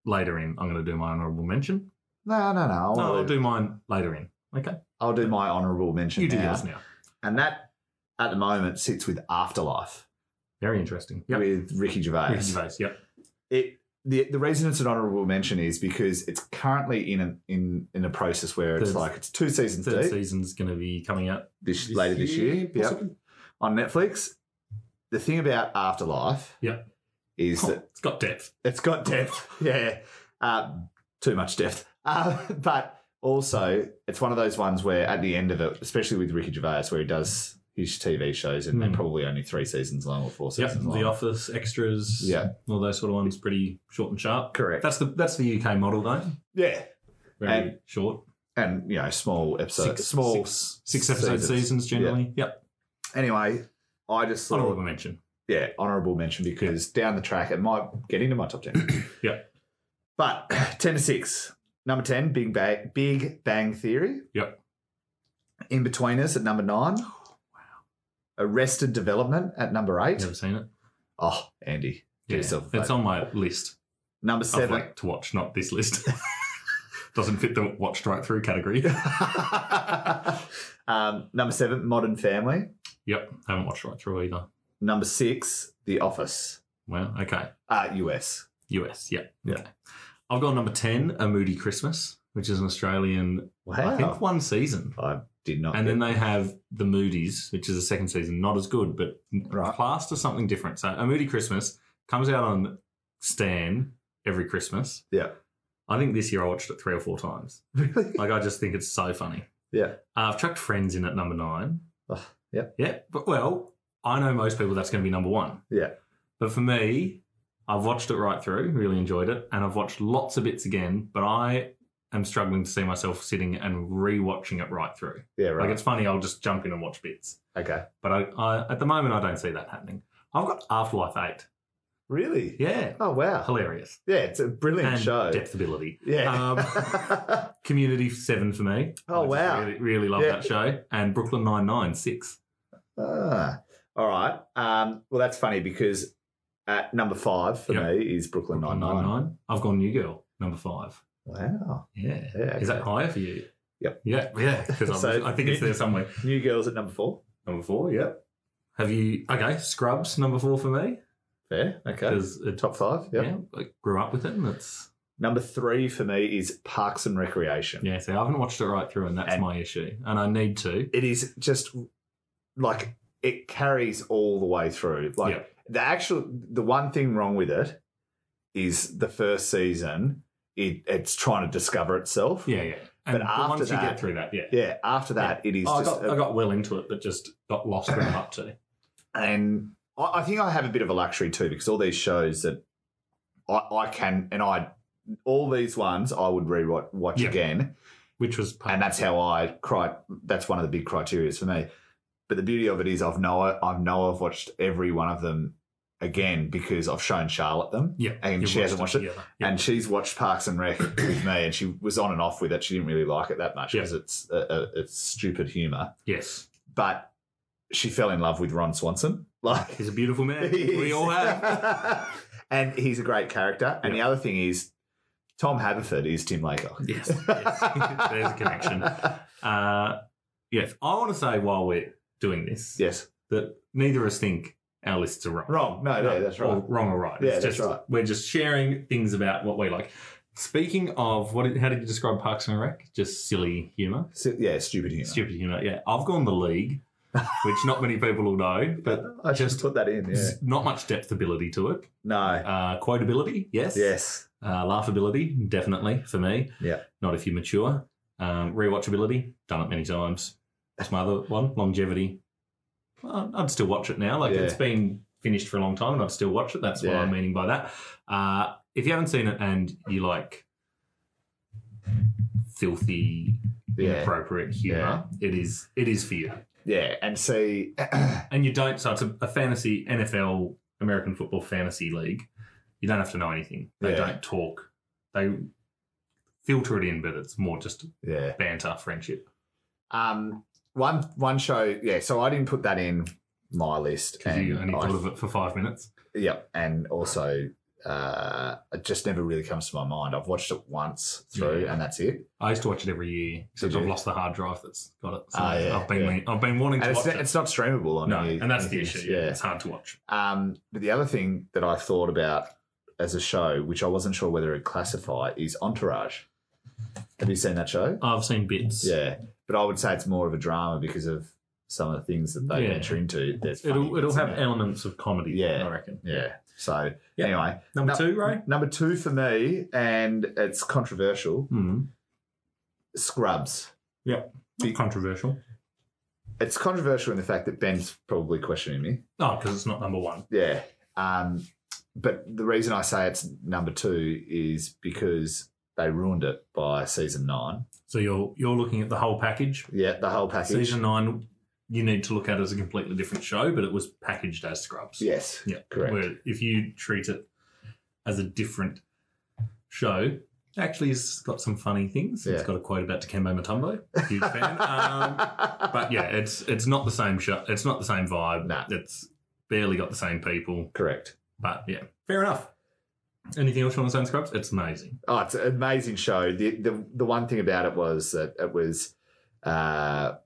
[SPEAKER 2] later in. I'm going to do my honourable mention.
[SPEAKER 1] No, no, no. I
[SPEAKER 2] No, I'll
[SPEAKER 1] will do,
[SPEAKER 2] do mine later in. Okay,
[SPEAKER 1] I'll do my honourable mention
[SPEAKER 2] you do
[SPEAKER 1] now.
[SPEAKER 2] yours now.
[SPEAKER 1] And that, at the moment, sits with Afterlife
[SPEAKER 2] Very interesting. Yep.
[SPEAKER 1] with Ricky Gervais.
[SPEAKER 2] Ricky Gervais, Yep.
[SPEAKER 1] It the the reason it's an honourable mention is because it's currently in a, in in a process where it's
[SPEAKER 2] Third-
[SPEAKER 1] like it's two seasons
[SPEAKER 2] Third
[SPEAKER 1] deep
[SPEAKER 2] season's going to be coming out.
[SPEAKER 1] this, later this year. Yep.
[SPEAKER 2] possibly.
[SPEAKER 1] on Netflix. The thing about Afterlife,
[SPEAKER 2] Yep.
[SPEAKER 1] is that
[SPEAKER 2] It's got depth.
[SPEAKER 1] it's got depth. Yeah, um, too much depth. Uh, but also, it's one of those ones where at the end of it, especially with Ricky Gervais, where he does his TV shows, and they're
[SPEAKER 2] Mm.
[SPEAKER 1] probably only three seasons long or four
[SPEAKER 2] Yep.
[SPEAKER 1] seasons long.
[SPEAKER 2] The Office extras.
[SPEAKER 1] Yeah.
[SPEAKER 2] All those sort of ones. Pretty short and sharp.
[SPEAKER 1] Correct.
[SPEAKER 2] That's the that's the UK model though.
[SPEAKER 1] yeah,
[SPEAKER 2] Very
[SPEAKER 1] And-
[SPEAKER 2] short.
[SPEAKER 1] and you know, small episodes,
[SPEAKER 2] Six-
[SPEAKER 1] small
[SPEAKER 2] six, six episode seasons, generally. Yep.
[SPEAKER 1] Anyway, I just thought,
[SPEAKER 2] Honorable mention.
[SPEAKER 1] yeah, honourable mention because down the track it might get into my top ten.
[SPEAKER 2] Yeah.
[SPEAKER 1] but ten to six, number ten, Big Bang, Big Bang Theory.
[SPEAKER 2] Yep. Oh,
[SPEAKER 1] In between us at number nine. Arrested Development at number eight.
[SPEAKER 2] Never seen it.
[SPEAKER 1] Oh, Andy, do yourself a
[SPEAKER 2] it's
[SPEAKER 1] favour.
[SPEAKER 2] on my list
[SPEAKER 1] Number
[SPEAKER 2] of
[SPEAKER 1] seven.
[SPEAKER 2] like to watch, not this list. Doesn't fit the watched right through category.
[SPEAKER 1] um, number seven, Modern Family.
[SPEAKER 2] Yep, haven't watched right through either.
[SPEAKER 1] Number six, The Office.
[SPEAKER 2] Well, okay,
[SPEAKER 1] Uh, US.
[SPEAKER 2] US. Yep.
[SPEAKER 1] Yeah.
[SPEAKER 2] Okay. I've got number ten, A Moody Christmas, which is an Australian.
[SPEAKER 1] Wow.
[SPEAKER 2] I think one season.
[SPEAKER 1] I did not.
[SPEAKER 2] And then they have the Moody's, which is a second season, not as good, but
[SPEAKER 1] Right.
[SPEAKER 2] classed as something different. So a Moody Christmas comes out on Stan every Christmas.
[SPEAKER 1] Yeah.
[SPEAKER 2] I think this year I watched it three or four times.
[SPEAKER 1] Really?
[SPEAKER 2] Like I just think it's so funny.
[SPEAKER 1] Yeah.
[SPEAKER 2] Uh, I've chucked Friends in at number nine.
[SPEAKER 1] Ugh, oh, yep.
[SPEAKER 2] Yeah. But well, I know most people that's going to be number one.
[SPEAKER 1] Yeah.
[SPEAKER 2] But for me, I've watched it right through, really enjoyed it, and I've watched lots of bits again. But I am struggling to see myself sitting and rewatching it right through.
[SPEAKER 1] Yeah,
[SPEAKER 2] Like
[SPEAKER 1] right.
[SPEAKER 2] it's funny, I'll just jump in and watch bits.
[SPEAKER 1] okay.
[SPEAKER 2] But I, I, at the moment, I don't see that happening. I've got Afterlife Eight.
[SPEAKER 1] Really?
[SPEAKER 2] Yeah,
[SPEAKER 1] Oh wow.
[SPEAKER 2] hilarious
[SPEAKER 1] Yeah, it's a brilliant
[SPEAKER 2] and Um,
[SPEAKER 1] show.
[SPEAKER 2] depthability.
[SPEAKER 1] Yeah.
[SPEAKER 2] Community Seven for me.
[SPEAKER 1] Oh,
[SPEAKER 2] I just
[SPEAKER 1] wow.
[SPEAKER 2] really, really love
[SPEAKER 1] Yeah.
[SPEAKER 2] that show. And Brooklyn Nine Nine Six.
[SPEAKER 1] Ah, all right. Um, well, that's funny because at number five for
[SPEAKER 2] Yeah.
[SPEAKER 1] me is Brooklyn Nine
[SPEAKER 2] Nine
[SPEAKER 1] Nine.
[SPEAKER 2] Nine. I've gone New Girl number five.
[SPEAKER 1] Wow.
[SPEAKER 2] Yeah.
[SPEAKER 1] Yeah.
[SPEAKER 2] Is
[SPEAKER 1] okay.
[SPEAKER 2] that higher for you?
[SPEAKER 1] Yep.
[SPEAKER 2] Yeah, yeah. Because
[SPEAKER 1] So-
[SPEAKER 2] I think it's there somewhere.
[SPEAKER 1] New Girls at number four?
[SPEAKER 2] Number four. Yep. Have you okay? Scrubs number four for me
[SPEAKER 1] Fair. Okay.
[SPEAKER 2] because it
[SPEAKER 1] Top five. Yeah.
[SPEAKER 2] yeah I grew up with it and that's
[SPEAKER 1] Number three for me is Parks and Recreation.
[SPEAKER 2] yeah. So I haven't watched it right through and that's
[SPEAKER 1] And-
[SPEAKER 2] my issue and I need to.
[SPEAKER 1] It is just like it carries all the way through. Like
[SPEAKER 2] Yeah.
[SPEAKER 1] the actual the one thing wrong with it is the first season. It, it's trying to discover itself.
[SPEAKER 2] Yeah, yeah. And
[SPEAKER 1] But
[SPEAKER 2] but
[SPEAKER 1] after
[SPEAKER 2] once you
[SPEAKER 1] that-
[SPEAKER 2] get through that, yeah.
[SPEAKER 1] Yeah, after that, it is
[SPEAKER 2] Oh, I,
[SPEAKER 1] just.
[SPEAKER 2] got, I got well into it, but just got lost where I'm up to.
[SPEAKER 1] and I, I think I have a bit of a luxury too because all these shows that I, I can, and I, all these ones I would re watch
[SPEAKER 2] Yeah.
[SPEAKER 1] again.
[SPEAKER 2] Which was part
[SPEAKER 1] And that's how I, cri- that's one of the big criterias for me. But the beauty of it is I've know, I've know I've watched every one of them again because I've shown Charlotte them.
[SPEAKER 2] Yeah.
[SPEAKER 1] And
[SPEAKER 2] you
[SPEAKER 1] she hasn't watched it.
[SPEAKER 2] together. Yeah.
[SPEAKER 1] And she's watched Parks and Rec with me, and she was on and off with it. She didn't really like it that much
[SPEAKER 2] Yeah.
[SPEAKER 1] because it's uh, uh, it's stupid humor.
[SPEAKER 2] yes.
[SPEAKER 1] But she fell in love with Ron Swanson. Like
[SPEAKER 2] He's a beautiful man.
[SPEAKER 1] he
[SPEAKER 2] we
[SPEAKER 1] is.
[SPEAKER 2] all have.
[SPEAKER 1] and he's a great character. And
[SPEAKER 2] Yeah.
[SPEAKER 1] the other thing is, Tom Haverford is Tim Laycock.
[SPEAKER 2] Yes. yes. There's a connection. Uh, yes. I want to say while we're doing this
[SPEAKER 1] Yes.
[SPEAKER 2] that neither of us think our lists are wrong.
[SPEAKER 1] Wrong. No, no, that's
[SPEAKER 2] Or
[SPEAKER 1] right.
[SPEAKER 2] wrong or right.
[SPEAKER 1] Yeah,
[SPEAKER 2] It's
[SPEAKER 1] that's
[SPEAKER 2] just,
[SPEAKER 1] right.
[SPEAKER 2] We're just sharing things about what we like. Speaking of what, how did you describe Parks and Rec? Just silly humor,
[SPEAKER 1] So- yeah, stupid humor.
[SPEAKER 2] stupid humor. Yeah, I've gone the league, which not many people will know, but
[SPEAKER 1] I should
[SPEAKER 2] just-
[SPEAKER 1] put that in. Yeah.
[SPEAKER 2] there's not much depth ability to it.
[SPEAKER 1] No.
[SPEAKER 2] Uh, quotability, yes.
[SPEAKER 1] Yes.
[SPEAKER 2] Uh, laughability, definitely for me.
[SPEAKER 1] Yeah.
[SPEAKER 2] Not if you mature. Um, rewatchability, done it many times. That's my other one. Longevity. Well, I'd still watch it now. Like
[SPEAKER 1] Yeah.
[SPEAKER 2] it's been finished for a long time, and I'd still watch it. That's
[SPEAKER 1] Yeah.
[SPEAKER 2] what I'm meaning by that. Uh, if you haven't seen it and you like filthy,
[SPEAKER 1] Yeah.
[SPEAKER 2] inappropriate humor, it is it is for you.
[SPEAKER 1] Yeah. And see,
[SPEAKER 2] And you don't. So it's a, a fantasy NFL American football fantasy league. You don't have to know anything. They
[SPEAKER 1] Yeah.
[SPEAKER 2] don't talk. They filter it in, but it's more just
[SPEAKER 1] yeah.
[SPEAKER 2] banter, friendship.
[SPEAKER 1] Um, one one show. Yeah. So I didn't put that in my list.
[SPEAKER 2] Because you
[SPEAKER 1] and
[SPEAKER 2] only
[SPEAKER 1] I-
[SPEAKER 2] thought of it for five minutes.
[SPEAKER 1] Yep. And also, uh, it just never really comes to my mind. I've watched it once through,
[SPEAKER 2] Yeah.
[SPEAKER 1] and that's it.
[SPEAKER 2] I used to watch it every year, except
[SPEAKER 1] Did you?
[SPEAKER 2] I've lost the hard drive that's got it. So
[SPEAKER 1] Ah, yeah,
[SPEAKER 2] I've been
[SPEAKER 1] yeah.
[SPEAKER 2] mean- I've been wanting to
[SPEAKER 1] And it's,
[SPEAKER 2] watch it.
[SPEAKER 1] it's not streamable on
[SPEAKER 2] no,
[SPEAKER 1] any-
[SPEAKER 2] and that's the
[SPEAKER 1] anything.
[SPEAKER 2] issue. Yeah, it's hard to watch.
[SPEAKER 1] Um, but the other thing that I thought about as a show, which I wasn't sure whether it'd classify, is Entourage. Have you seen that show?
[SPEAKER 2] I've seen bits.
[SPEAKER 1] Yeah, but I would say it's more of a drama because of some of the things that they
[SPEAKER 2] Yeah.
[SPEAKER 1] venture into. That's
[SPEAKER 2] it'll
[SPEAKER 1] funny
[SPEAKER 2] it'll
[SPEAKER 1] bits in
[SPEAKER 2] have
[SPEAKER 1] it.
[SPEAKER 2] elements of comedy.
[SPEAKER 1] Yeah.
[SPEAKER 2] I reckon.
[SPEAKER 1] yeah. So
[SPEAKER 2] Yeah.
[SPEAKER 1] anyway,
[SPEAKER 2] Number
[SPEAKER 1] No-
[SPEAKER 2] two, right?
[SPEAKER 1] number two for me, and it's controversial.
[SPEAKER 2] Mm.
[SPEAKER 1] Scrubs. Big-
[SPEAKER 2] Controversial.
[SPEAKER 1] It's controversial in the fact that Ben's probably questioning me.
[SPEAKER 2] Oh, because it's not number one.
[SPEAKER 1] Yeah. Um, but the reason I say it's number two is because they ruined it by season nine.
[SPEAKER 2] So you're you're looking at the whole package.
[SPEAKER 1] Yeah, the whole package.
[SPEAKER 2] Season nine, you need to look at it as a completely different show, but it was packaged as Scrubs.
[SPEAKER 1] Yes.
[SPEAKER 2] Yeah,
[SPEAKER 1] Correct.
[SPEAKER 2] Where if you treat it as a different show, actually, it's got some funny things. It's
[SPEAKER 1] Yeah.
[SPEAKER 2] got a quote about Dikembe Mutombo, huge fan. Um, but yeah, it's it's not the same show. It's not the same vibe.
[SPEAKER 1] Nah.
[SPEAKER 2] It's barely got the same people.
[SPEAKER 1] correct.
[SPEAKER 2] But yeah, fair enough. Anything else you want to say on Scrubs? It's amazing.
[SPEAKER 1] Oh, it's an amazing show. The the the one thing about it was that it was, uh,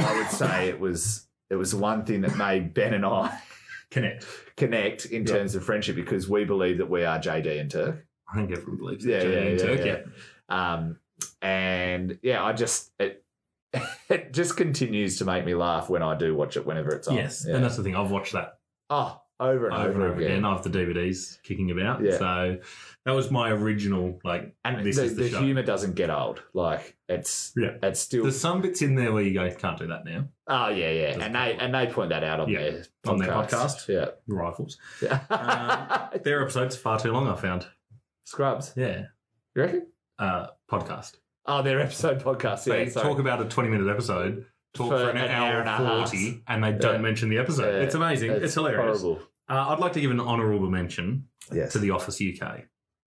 [SPEAKER 1] I would say it was it was the one thing that made Ben and I
[SPEAKER 2] Connect.
[SPEAKER 1] connect in
[SPEAKER 2] Yeah.
[SPEAKER 1] terms of friendship because we believe that we are JD and Turk.
[SPEAKER 2] I think everyone believes.
[SPEAKER 1] yeah,
[SPEAKER 2] that
[SPEAKER 1] yeah,
[SPEAKER 2] Jodie and
[SPEAKER 1] yeah,
[SPEAKER 2] Turk,
[SPEAKER 1] yeah. Um, and yeah, I just it it just continues to make me laugh when I do watch it whenever it's on.
[SPEAKER 2] Yes,
[SPEAKER 1] Yeah.
[SPEAKER 2] and that's the thing. I've watched that
[SPEAKER 1] oh, over and over,
[SPEAKER 2] over and over again.
[SPEAKER 1] again.
[SPEAKER 2] I have the DVDs kicking about.
[SPEAKER 1] Yeah.
[SPEAKER 2] So that was my original like.
[SPEAKER 1] And
[SPEAKER 2] this
[SPEAKER 1] the,
[SPEAKER 2] is the,
[SPEAKER 1] the
[SPEAKER 2] show.
[SPEAKER 1] humor doesn't get old. Like it's
[SPEAKER 2] Yeah.
[SPEAKER 1] it's still
[SPEAKER 2] There's some bits in there where you go, can't do that now.
[SPEAKER 1] oh yeah yeah,
[SPEAKER 2] Doesn't
[SPEAKER 1] and
[SPEAKER 2] get
[SPEAKER 1] they
[SPEAKER 2] old.
[SPEAKER 1] and they point that out on
[SPEAKER 2] Yeah.
[SPEAKER 1] their podcast.
[SPEAKER 2] On their podcast.
[SPEAKER 1] Yeah,
[SPEAKER 2] Rifles.
[SPEAKER 1] yeah.
[SPEAKER 2] Their episodes are far too long. I found.
[SPEAKER 1] Scrubs,
[SPEAKER 2] Yeah.
[SPEAKER 1] you reckon?
[SPEAKER 2] Uh, podcast.
[SPEAKER 1] Oh, their episode podcast. Yeah,
[SPEAKER 2] they
[SPEAKER 1] sorry.
[SPEAKER 2] talk about a 20 minute episode. Talk for,
[SPEAKER 1] For
[SPEAKER 2] an,
[SPEAKER 1] an
[SPEAKER 2] hour,
[SPEAKER 1] hour and a half.
[SPEAKER 2] 40 and they don't
[SPEAKER 1] Yeah.
[SPEAKER 2] mention the episode.
[SPEAKER 1] Yeah.
[SPEAKER 2] It's amazing. It's, hilarious.
[SPEAKER 1] Horrible.
[SPEAKER 2] Uh, I'd like to give an honourable mention
[SPEAKER 1] Yes.
[SPEAKER 2] to The Office UK.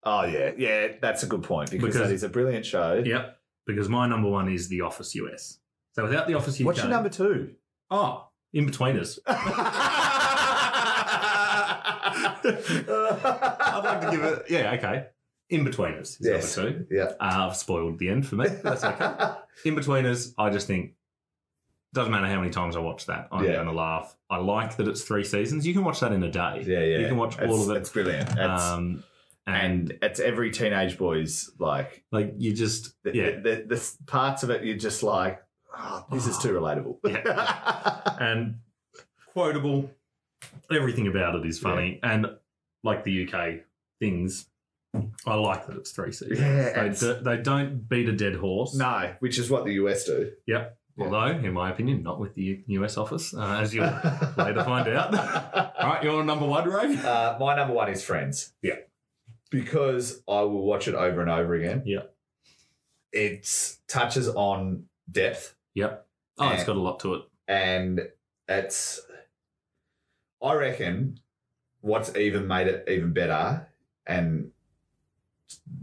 [SPEAKER 1] oh yeah, yeah. That's a good point because,
[SPEAKER 2] Because-
[SPEAKER 1] that is a brilliant show.
[SPEAKER 2] Yep. Because my number one is The Office US. So without The Office UK.
[SPEAKER 1] What's your number two?
[SPEAKER 2] Oh, In Between Us. I'd
[SPEAKER 1] I'd
[SPEAKER 2] like to give it. Yeah, okay. In between us. Is
[SPEAKER 1] Yes.
[SPEAKER 2] number two.
[SPEAKER 1] Yeah.
[SPEAKER 2] Uh, I've spoiled the end for me. That's okay. In between us, I just think doesn't matter how many times I watch that, I'm
[SPEAKER 1] Yeah.
[SPEAKER 2] going to laugh. I like that it's three seasons. You can watch that in a day.
[SPEAKER 1] Yeah, yeah.
[SPEAKER 2] You can watch all
[SPEAKER 1] It's-
[SPEAKER 2] of it.
[SPEAKER 1] It's brilliant. It's-
[SPEAKER 2] um, and,
[SPEAKER 1] and it's every teenage boy's like
[SPEAKER 2] like you just
[SPEAKER 1] the,
[SPEAKER 2] yeah.
[SPEAKER 1] the, the, the parts of it you're just like, oh, this is too relatable.
[SPEAKER 2] and quotable. Everything about it is funny, and like the UK things, I like that it's three seasons.
[SPEAKER 1] Yeah,
[SPEAKER 2] they,
[SPEAKER 1] it's-
[SPEAKER 2] do- they don't beat a dead horse.
[SPEAKER 1] no, which is what the US do. Yeah.
[SPEAKER 2] Although, in my opinion, not with the U- US office, uh, as you. All
[SPEAKER 1] Later
[SPEAKER 2] Later find out. right, you're number one, Ray.
[SPEAKER 1] Uh, my number one is Friends.
[SPEAKER 2] Yeah.
[SPEAKER 1] Because I will watch it over and over again.
[SPEAKER 2] Yeah.
[SPEAKER 1] It touches on depth
[SPEAKER 2] Yep. Oh, it's
[SPEAKER 1] And-
[SPEAKER 2] got a lot to it.
[SPEAKER 1] and it's, I reckon, what's even made it even better, and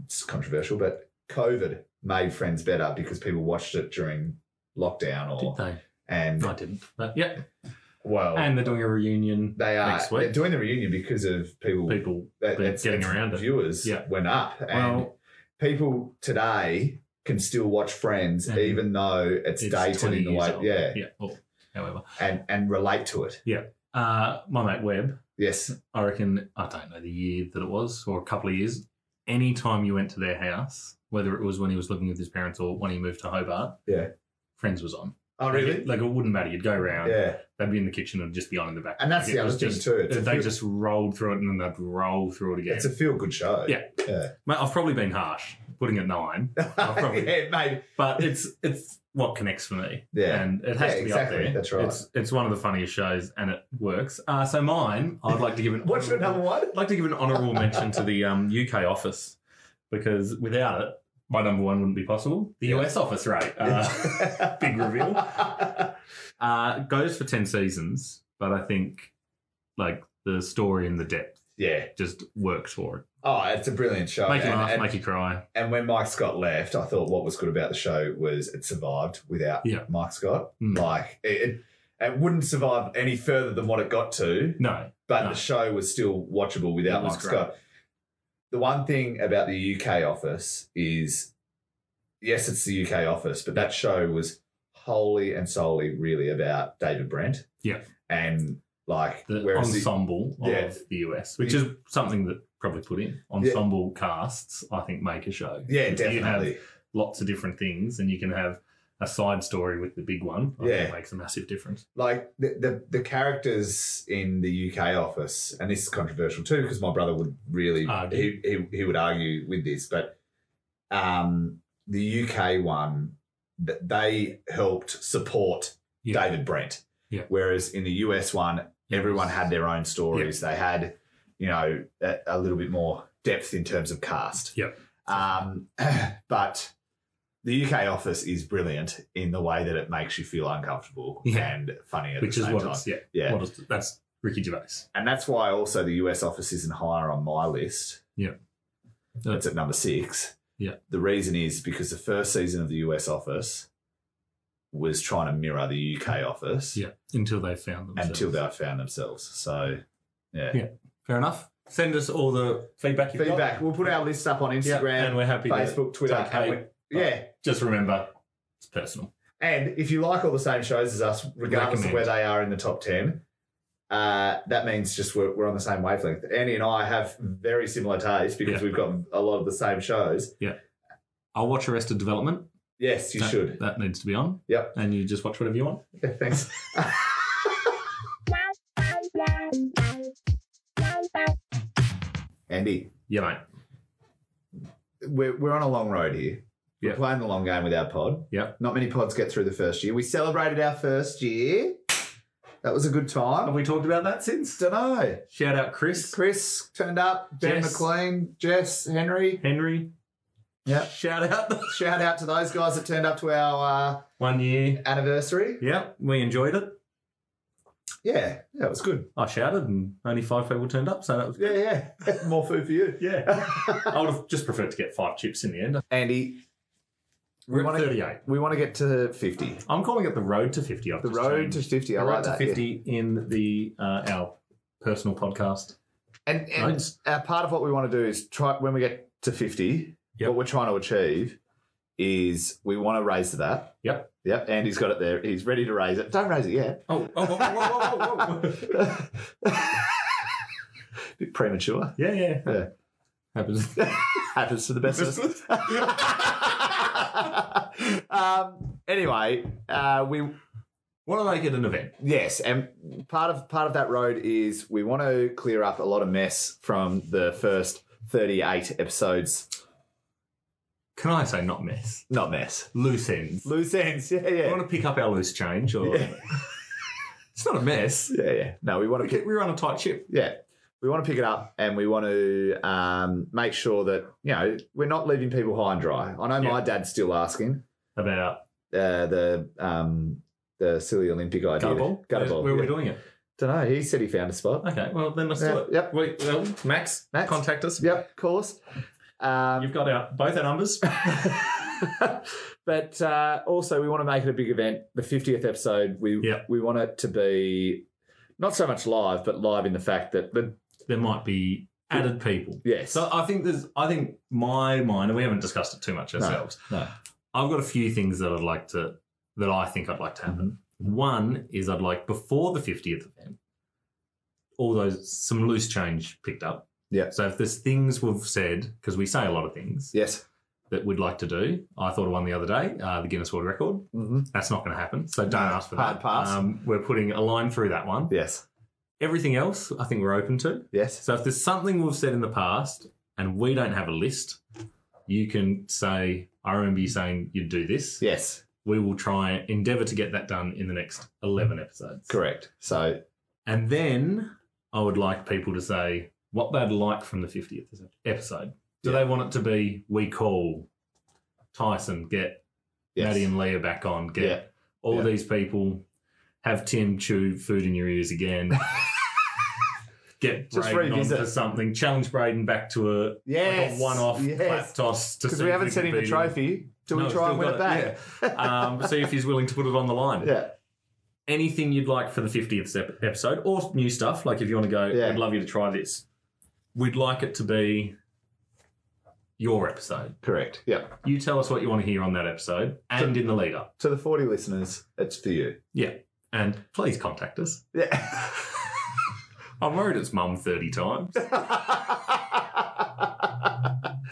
[SPEAKER 1] it's controversial, but COVID made Friends better because people watched it during lockdown
[SPEAKER 2] Did
[SPEAKER 1] or
[SPEAKER 2] they?
[SPEAKER 1] and
[SPEAKER 2] No, I didn't. But yeah,
[SPEAKER 1] well
[SPEAKER 2] and they're doing a reunion.
[SPEAKER 1] they are
[SPEAKER 2] next week.
[SPEAKER 1] they're doing the reunion because of people
[SPEAKER 2] People
[SPEAKER 1] that,
[SPEAKER 2] they're
[SPEAKER 1] that's,
[SPEAKER 2] getting
[SPEAKER 1] that's
[SPEAKER 2] around it.
[SPEAKER 1] viewers
[SPEAKER 2] Yeah.
[SPEAKER 1] went up and
[SPEAKER 2] Well-
[SPEAKER 1] people today can still watch Friends
[SPEAKER 2] And
[SPEAKER 1] even though it's,
[SPEAKER 2] it's
[SPEAKER 1] dated
[SPEAKER 2] 20
[SPEAKER 1] in the
[SPEAKER 2] years
[SPEAKER 1] way
[SPEAKER 2] old.
[SPEAKER 1] yeah
[SPEAKER 2] yeah. Well, however,
[SPEAKER 1] and and relate to it
[SPEAKER 2] uh, my mate Webb,
[SPEAKER 1] yes
[SPEAKER 2] I reckon I don't know the year that it was or a couple of years. Any time you went to their house, whether it was when he was living with his parents or when he moved to Hobart,
[SPEAKER 1] Yeah.
[SPEAKER 2] Friends was on.
[SPEAKER 1] oh
[SPEAKER 2] Like, it- like, it wouldn't matter. You'd go around,
[SPEAKER 1] yeah
[SPEAKER 2] they'd be in the kitchen and just be on in the back.
[SPEAKER 1] and that's
[SPEAKER 2] Like,
[SPEAKER 1] the
[SPEAKER 2] it
[SPEAKER 1] other
[SPEAKER 2] was
[SPEAKER 1] thing
[SPEAKER 2] just-
[SPEAKER 1] too it's a
[SPEAKER 2] They
[SPEAKER 1] feel-
[SPEAKER 2] just rolled through it and then they'd roll through it again.
[SPEAKER 1] it's a feel good show
[SPEAKER 2] Yeah.
[SPEAKER 1] yeah
[SPEAKER 2] Mate, I've probably been harsh putting it nine, probably-
[SPEAKER 1] yeah maybe
[SPEAKER 2] but it's it's what connects for me.
[SPEAKER 1] Yeah.
[SPEAKER 2] and it
[SPEAKER 1] Yeah,
[SPEAKER 2] has to be
[SPEAKER 1] exactly.
[SPEAKER 2] up there.
[SPEAKER 1] That's right.
[SPEAKER 2] It's it's one of the funniest shows, and it works. Uh, so mine, I'd like to give an
[SPEAKER 1] what's your number one
[SPEAKER 2] I'd like to give an honourable mention to the um, UK office because without it, my number one wouldn't be possible. The
[SPEAKER 1] Yeah.
[SPEAKER 2] US office, right? Uh, big reveal. uh, goes for ten seasons, but I think like the story and the depth
[SPEAKER 1] yeah
[SPEAKER 2] just works for it.
[SPEAKER 1] oh it's a brilliant show
[SPEAKER 2] Make you
[SPEAKER 1] and-
[SPEAKER 2] laugh,
[SPEAKER 1] and-
[SPEAKER 2] make you cry.
[SPEAKER 1] And when Mike Scott left, I thought what was good about the show was it survived without
[SPEAKER 2] Yeah.
[SPEAKER 1] Mike Scott.
[SPEAKER 2] Mm.
[SPEAKER 1] Like it, it, it wouldn't survive any further than what it got to,
[SPEAKER 2] No,
[SPEAKER 1] but
[SPEAKER 2] No.
[SPEAKER 1] the show was still watchable without
[SPEAKER 2] It was
[SPEAKER 1] Mike
[SPEAKER 2] great.
[SPEAKER 1] Scott. The one thing about the UK office is, yes, it's the UK office, but that show was wholly and solely really about David Brent.
[SPEAKER 2] Yeah.
[SPEAKER 1] and like
[SPEAKER 2] the
[SPEAKER 1] whereas the-
[SPEAKER 2] ensemble of
[SPEAKER 1] Yeah.
[SPEAKER 2] the US, which is something that probably put in ensemble casts. I think make a show.
[SPEAKER 1] yeah,
[SPEAKER 2] If You
[SPEAKER 1] definitely.
[SPEAKER 2] have lots of different things, and you can have a side story with the big one. I think
[SPEAKER 1] Yeah.
[SPEAKER 2] it makes a massive difference.
[SPEAKER 1] like the, the the characters in the UK office, and this is controversial too because my brother would really
[SPEAKER 2] Argue.
[SPEAKER 1] he, he he would argue with this, but um, the UK one th- they helped support
[SPEAKER 2] Yeah.
[SPEAKER 1] David Brent,
[SPEAKER 2] Yeah.
[SPEAKER 1] whereas in the US one, everyone had their own stories. They had you know a, a little bit more depth in terms of cast.
[SPEAKER 2] Yep.
[SPEAKER 1] Um, but the UK office is brilliant in the way that it makes you feel uncomfortable
[SPEAKER 2] Yeah.
[SPEAKER 1] and funny at
[SPEAKER 2] which
[SPEAKER 1] the
[SPEAKER 2] is
[SPEAKER 1] same
[SPEAKER 2] what
[SPEAKER 1] time.
[SPEAKER 2] it's yeah,
[SPEAKER 1] yeah,
[SPEAKER 2] What it's, that's Ricky Gervais.
[SPEAKER 1] and that's why also the US office isn't higher on my list.
[SPEAKER 2] Yeah.
[SPEAKER 1] it's at number six.
[SPEAKER 2] Yeah.
[SPEAKER 1] the reason is because the first season of the US office was trying to mirror the UK office
[SPEAKER 2] Yeah, until they found them.
[SPEAKER 1] until they found themselves. So, yeah.
[SPEAKER 2] Yeah. fair enough. Send us all the feedback. You've
[SPEAKER 1] Feedback. We'll put our list up on
[SPEAKER 2] Got. Yeah, and
[SPEAKER 1] Instagram,
[SPEAKER 2] we're happy. to-
[SPEAKER 1] Facebook, Twitter.
[SPEAKER 2] take
[SPEAKER 1] and
[SPEAKER 2] hate.
[SPEAKER 1] we- yeah,
[SPEAKER 2] just remember, it's personal.
[SPEAKER 1] And if you like all the same shows as us, regardless
[SPEAKER 2] Recommend.
[SPEAKER 1] of where they are in the top 10, uh, that means just we're, we're on the same wavelength. Andy and I have very similar tastes because
[SPEAKER 2] Yeah.
[SPEAKER 1] we've got a lot of the same shows.
[SPEAKER 2] I'll watch Arrested Development.
[SPEAKER 1] Yes, you
[SPEAKER 2] that,
[SPEAKER 1] should.
[SPEAKER 2] That needs to be on.
[SPEAKER 1] Yep.
[SPEAKER 2] And you just watch whatever you want.
[SPEAKER 1] Thanks. Andy,
[SPEAKER 2] Yeah, mate.
[SPEAKER 1] we're, we're on a long road here. We're
[SPEAKER 2] Yeah.
[SPEAKER 1] playing the long game with our pod.
[SPEAKER 2] Yeah.
[SPEAKER 1] Not many pods get through the first year. We celebrated our first year. That was a good time.
[SPEAKER 2] we talked about that since?
[SPEAKER 1] Don't know.
[SPEAKER 2] Shout out Chris,
[SPEAKER 1] Chris turned up, Dan
[SPEAKER 2] Jess.
[SPEAKER 1] McLean, Jess, Henry.
[SPEAKER 2] Henry.
[SPEAKER 1] Yep.
[SPEAKER 2] Shout out.
[SPEAKER 1] Shout out to those guys that turned up to our uh,
[SPEAKER 2] One year.
[SPEAKER 1] anniversary.
[SPEAKER 2] Yep. We enjoyed it.
[SPEAKER 1] Yeah, that was good.
[SPEAKER 2] I shouted and only five people turned up, so that was good.
[SPEAKER 1] Yeah, yeah. More food for you.
[SPEAKER 2] Yeah. I would have just preferred to get five chips in the end.
[SPEAKER 1] Andy,
[SPEAKER 2] We're at
[SPEAKER 1] wanna-
[SPEAKER 2] 38.
[SPEAKER 1] we want to get to 50.
[SPEAKER 2] I'm calling it the road to 50. I've
[SPEAKER 1] The
[SPEAKER 2] just
[SPEAKER 1] road
[SPEAKER 2] changed.
[SPEAKER 1] to 50. I
[SPEAKER 2] the
[SPEAKER 1] like
[SPEAKER 2] road
[SPEAKER 1] that.
[SPEAKER 2] to
[SPEAKER 1] yeah.
[SPEAKER 2] 50 in the uh, our personal podcast.
[SPEAKER 1] And, and
[SPEAKER 2] Nice.
[SPEAKER 1] uh, part of what we want to do is try, when we get to 50,
[SPEAKER 2] Yep.
[SPEAKER 1] what we're trying to achieve is we want to raise that.
[SPEAKER 2] Yep.
[SPEAKER 1] Yep. Andy's got it there. He's ready to raise it. Don't raise it yet.
[SPEAKER 2] Oh, oh whoa, whoa, whoa,
[SPEAKER 1] oh,
[SPEAKER 2] whoa, whoa.
[SPEAKER 1] Bit premature.
[SPEAKER 2] yeah, yeah.
[SPEAKER 1] Yeah.
[SPEAKER 2] Happens.
[SPEAKER 1] Happens to the best of us. um, anyway, uh, we
[SPEAKER 2] Want to make it an event?
[SPEAKER 1] yes, and part of part of that road is we want to clear up a lot of mess from the first thirty-eight episodes.
[SPEAKER 2] Can I say not mess?
[SPEAKER 1] Not mess,
[SPEAKER 2] Loose ends.
[SPEAKER 1] loose ends. Yeah,
[SPEAKER 2] We
[SPEAKER 1] yeah,
[SPEAKER 2] want to pick up our loose change, or
[SPEAKER 1] Yeah.
[SPEAKER 2] it's not a mess.
[SPEAKER 1] yeah, yeah. No, we want
[SPEAKER 2] We,
[SPEAKER 1] to pick.
[SPEAKER 2] get, we run a tight ship.
[SPEAKER 1] Yeah. We want to pick it up and we want to um, make sure that, you know, we're not leaving people high and dry. I know my dad's still asking
[SPEAKER 2] About
[SPEAKER 1] uh, the um, the silly Olympic idea.
[SPEAKER 2] gutter ball.
[SPEAKER 1] Gutter ball,
[SPEAKER 2] Where
[SPEAKER 1] yeah.
[SPEAKER 2] we're doing it.
[SPEAKER 5] Don't know. He said he found a spot.
[SPEAKER 2] Okay, well then let's do
[SPEAKER 5] Yeah,
[SPEAKER 2] it.
[SPEAKER 5] yep.
[SPEAKER 2] Wait, well, Max,
[SPEAKER 5] Max?
[SPEAKER 2] contact us.
[SPEAKER 5] Yep, call us. Um,
[SPEAKER 2] You've got our both our numbers.
[SPEAKER 5] but uh, also, we want to make it a big event. The 50th episode, we
[SPEAKER 2] Yep.
[SPEAKER 5] we want it to be not so much live, but live in the fact that the
[SPEAKER 2] there might be added people.
[SPEAKER 5] yes,
[SPEAKER 2] So I think there's I think my mind, and we haven't discussed it too much
[SPEAKER 5] No,
[SPEAKER 2] ourselves.
[SPEAKER 1] no.
[SPEAKER 2] I've got a few things that I'd like to that I think I'd like to happen.
[SPEAKER 5] Mm-hmm.
[SPEAKER 2] One is I'd like before the 50th event, all those some loose change picked up.
[SPEAKER 1] Yeah.
[SPEAKER 2] So if there's things we've said, because we say a lot of things
[SPEAKER 1] Yes.
[SPEAKER 2] that we'd like to do. I thought of one the other day, uh, the Guinness World Record.
[SPEAKER 1] Mm-hmm.
[SPEAKER 2] That's not going to happen. So don't
[SPEAKER 1] No,
[SPEAKER 2] ask for
[SPEAKER 1] hard
[SPEAKER 2] that.
[SPEAKER 1] pass.
[SPEAKER 2] Um, we're putting a line through that one.
[SPEAKER 1] Yes.
[SPEAKER 2] Everything else, I think we're open to.
[SPEAKER 1] Yes.
[SPEAKER 2] So if there's something we've said in the past and we don't have a list, you can say, I remember you saying you'd do this.
[SPEAKER 1] Yes.
[SPEAKER 2] We will try endeavor to get that done in the next 11 episodes.
[SPEAKER 1] Correct. So
[SPEAKER 2] And then I would like people to say what they'd like from the 50th episode. Do they want it to be, we call Tyson, get
[SPEAKER 1] yes.
[SPEAKER 2] Maddie and Leah back on, get
[SPEAKER 1] Yeah.
[SPEAKER 2] all
[SPEAKER 1] Yeah.
[SPEAKER 2] these people, have Tim chew food in your ears again. Get
[SPEAKER 1] Just
[SPEAKER 2] Braden on
[SPEAKER 1] revisit.
[SPEAKER 2] for something. Challenge Braden back to a, like
[SPEAKER 1] yes.
[SPEAKER 2] a one-off
[SPEAKER 1] Yes.
[SPEAKER 2] clap toss to
[SPEAKER 1] Because
[SPEAKER 2] see
[SPEAKER 1] we
[SPEAKER 2] if
[SPEAKER 1] haven't
[SPEAKER 2] can
[SPEAKER 1] sent him a
[SPEAKER 2] beat
[SPEAKER 1] trophy. Do
[SPEAKER 2] No,
[SPEAKER 1] we try
[SPEAKER 2] still
[SPEAKER 1] and win it
[SPEAKER 2] got it,
[SPEAKER 1] back?
[SPEAKER 2] Um, see if he's willing to put it on the line.
[SPEAKER 1] yeah.
[SPEAKER 2] Anything you'd like for the fiftieth episode, or new stuff. Like if you want to go,
[SPEAKER 1] Yeah.
[SPEAKER 2] we'd love you to try this. We'd like it to be your episode.
[SPEAKER 1] Correct. Yeah.
[SPEAKER 2] You tell us what you want to hear on that episode, and in the lead up.
[SPEAKER 1] To the 40 listeners, it's for you.
[SPEAKER 2] And please contact us.
[SPEAKER 1] Yeah.
[SPEAKER 2] I'm worried it's mum 30 times.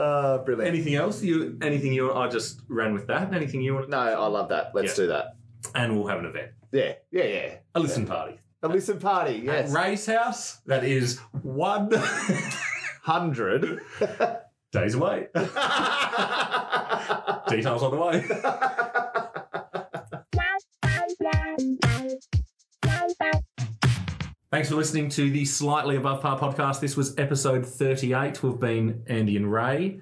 [SPEAKER 1] Ah, brilliant.
[SPEAKER 2] Anything else? You anything you I just ran with that. Anything you want
[SPEAKER 5] no, I love that. Let's
[SPEAKER 2] Yeah.
[SPEAKER 5] do that.
[SPEAKER 2] and we'll have an event.
[SPEAKER 1] Yeah. Yeah. Yeah.
[SPEAKER 2] A listen party.
[SPEAKER 1] A listen party. Yes.
[SPEAKER 2] At Ray's house, that is one
[SPEAKER 1] 100.
[SPEAKER 2] days away. Details on the way. Thanks for listening to the Slightly Above Par podcast. This was episode 38. We've been Andy and Ray.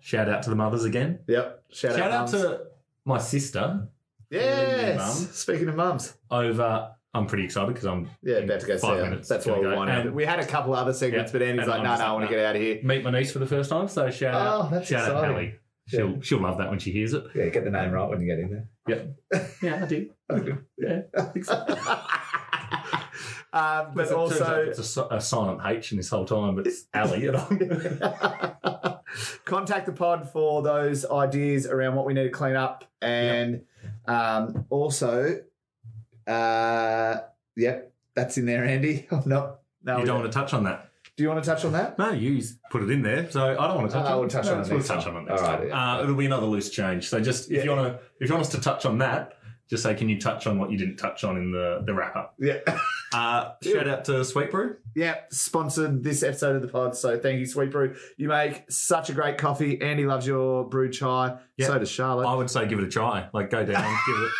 [SPEAKER 2] Shout out to the mothers again.
[SPEAKER 1] yep. Shout,
[SPEAKER 2] Shout, out,
[SPEAKER 1] mums.
[SPEAKER 2] to my sister
[SPEAKER 1] Yes.
[SPEAKER 2] mum.
[SPEAKER 1] Speaking of mums.
[SPEAKER 2] over. I'm pretty excited because I'm
[SPEAKER 1] Yeah,
[SPEAKER 2] in
[SPEAKER 1] about to go see
[SPEAKER 2] five
[SPEAKER 1] her.
[SPEAKER 2] minutes.
[SPEAKER 1] That's
[SPEAKER 2] gonna
[SPEAKER 1] what we
[SPEAKER 2] go.
[SPEAKER 1] wanted.
[SPEAKER 2] And
[SPEAKER 1] we had a couple other segments,
[SPEAKER 2] Yeah,
[SPEAKER 1] but Andy's
[SPEAKER 2] and
[SPEAKER 1] like,
[SPEAKER 2] I'm
[SPEAKER 1] no,
[SPEAKER 2] just
[SPEAKER 1] no, I
[SPEAKER 2] like,
[SPEAKER 1] want to
[SPEAKER 2] no.
[SPEAKER 1] get out of here.
[SPEAKER 2] meet my niece for the first time. So shout out.
[SPEAKER 1] Oh, that's
[SPEAKER 2] Shout out
[SPEAKER 1] exciting.
[SPEAKER 2] Hallie. She'll she'll love that when she hears it.
[SPEAKER 5] Yeah, get the name right when you get in there.
[SPEAKER 2] Yeah, I do. Yeah.
[SPEAKER 1] um, but also,
[SPEAKER 2] it's a, si- a silent H in this whole time, but it's Allie. And I'm,
[SPEAKER 1] contact the pod for those ideas around what we need to clean up, and um, also, uh, yep, that's in there, Andy. I'm not. No,
[SPEAKER 2] you
[SPEAKER 1] we
[SPEAKER 2] don't want to touch on that.
[SPEAKER 1] Do you want to touch on that?
[SPEAKER 2] No, you s- put it in there. So I don't want to touch
[SPEAKER 1] Uh,
[SPEAKER 2] on.
[SPEAKER 1] we'll touch on it
[SPEAKER 2] We'll
[SPEAKER 1] next
[SPEAKER 2] touch
[SPEAKER 1] time.
[SPEAKER 2] on it next
[SPEAKER 5] All right,
[SPEAKER 2] time.
[SPEAKER 5] yeah.
[SPEAKER 2] Uh, it'll be another loose change. So just if you want to, if you want us to touch on that, just say, can you touch on what you didn't touch on in the the wrap up?
[SPEAKER 1] Yeah.
[SPEAKER 2] Uh, shout out to Sweet Brew.
[SPEAKER 1] Yep, sponsored this episode of the pod. So thank you, Sweet Brew. You make such a great coffee. Andy loves your brew chai.
[SPEAKER 2] Yep.
[SPEAKER 1] So does Charlotte.
[SPEAKER 2] I would say give it a try. Like go down, give it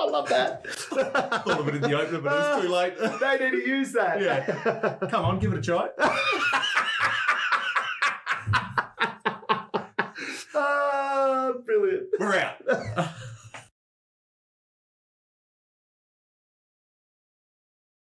[SPEAKER 1] I love that.
[SPEAKER 2] a little bit in the opener, but it was too late.
[SPEAKER 1] they need to use that.
[SPEAKER 2] Yeah. Come on, give it a try.
[SPEAKER 1] ah, brilliant. Ah,
[SPEAKER 2] We're out.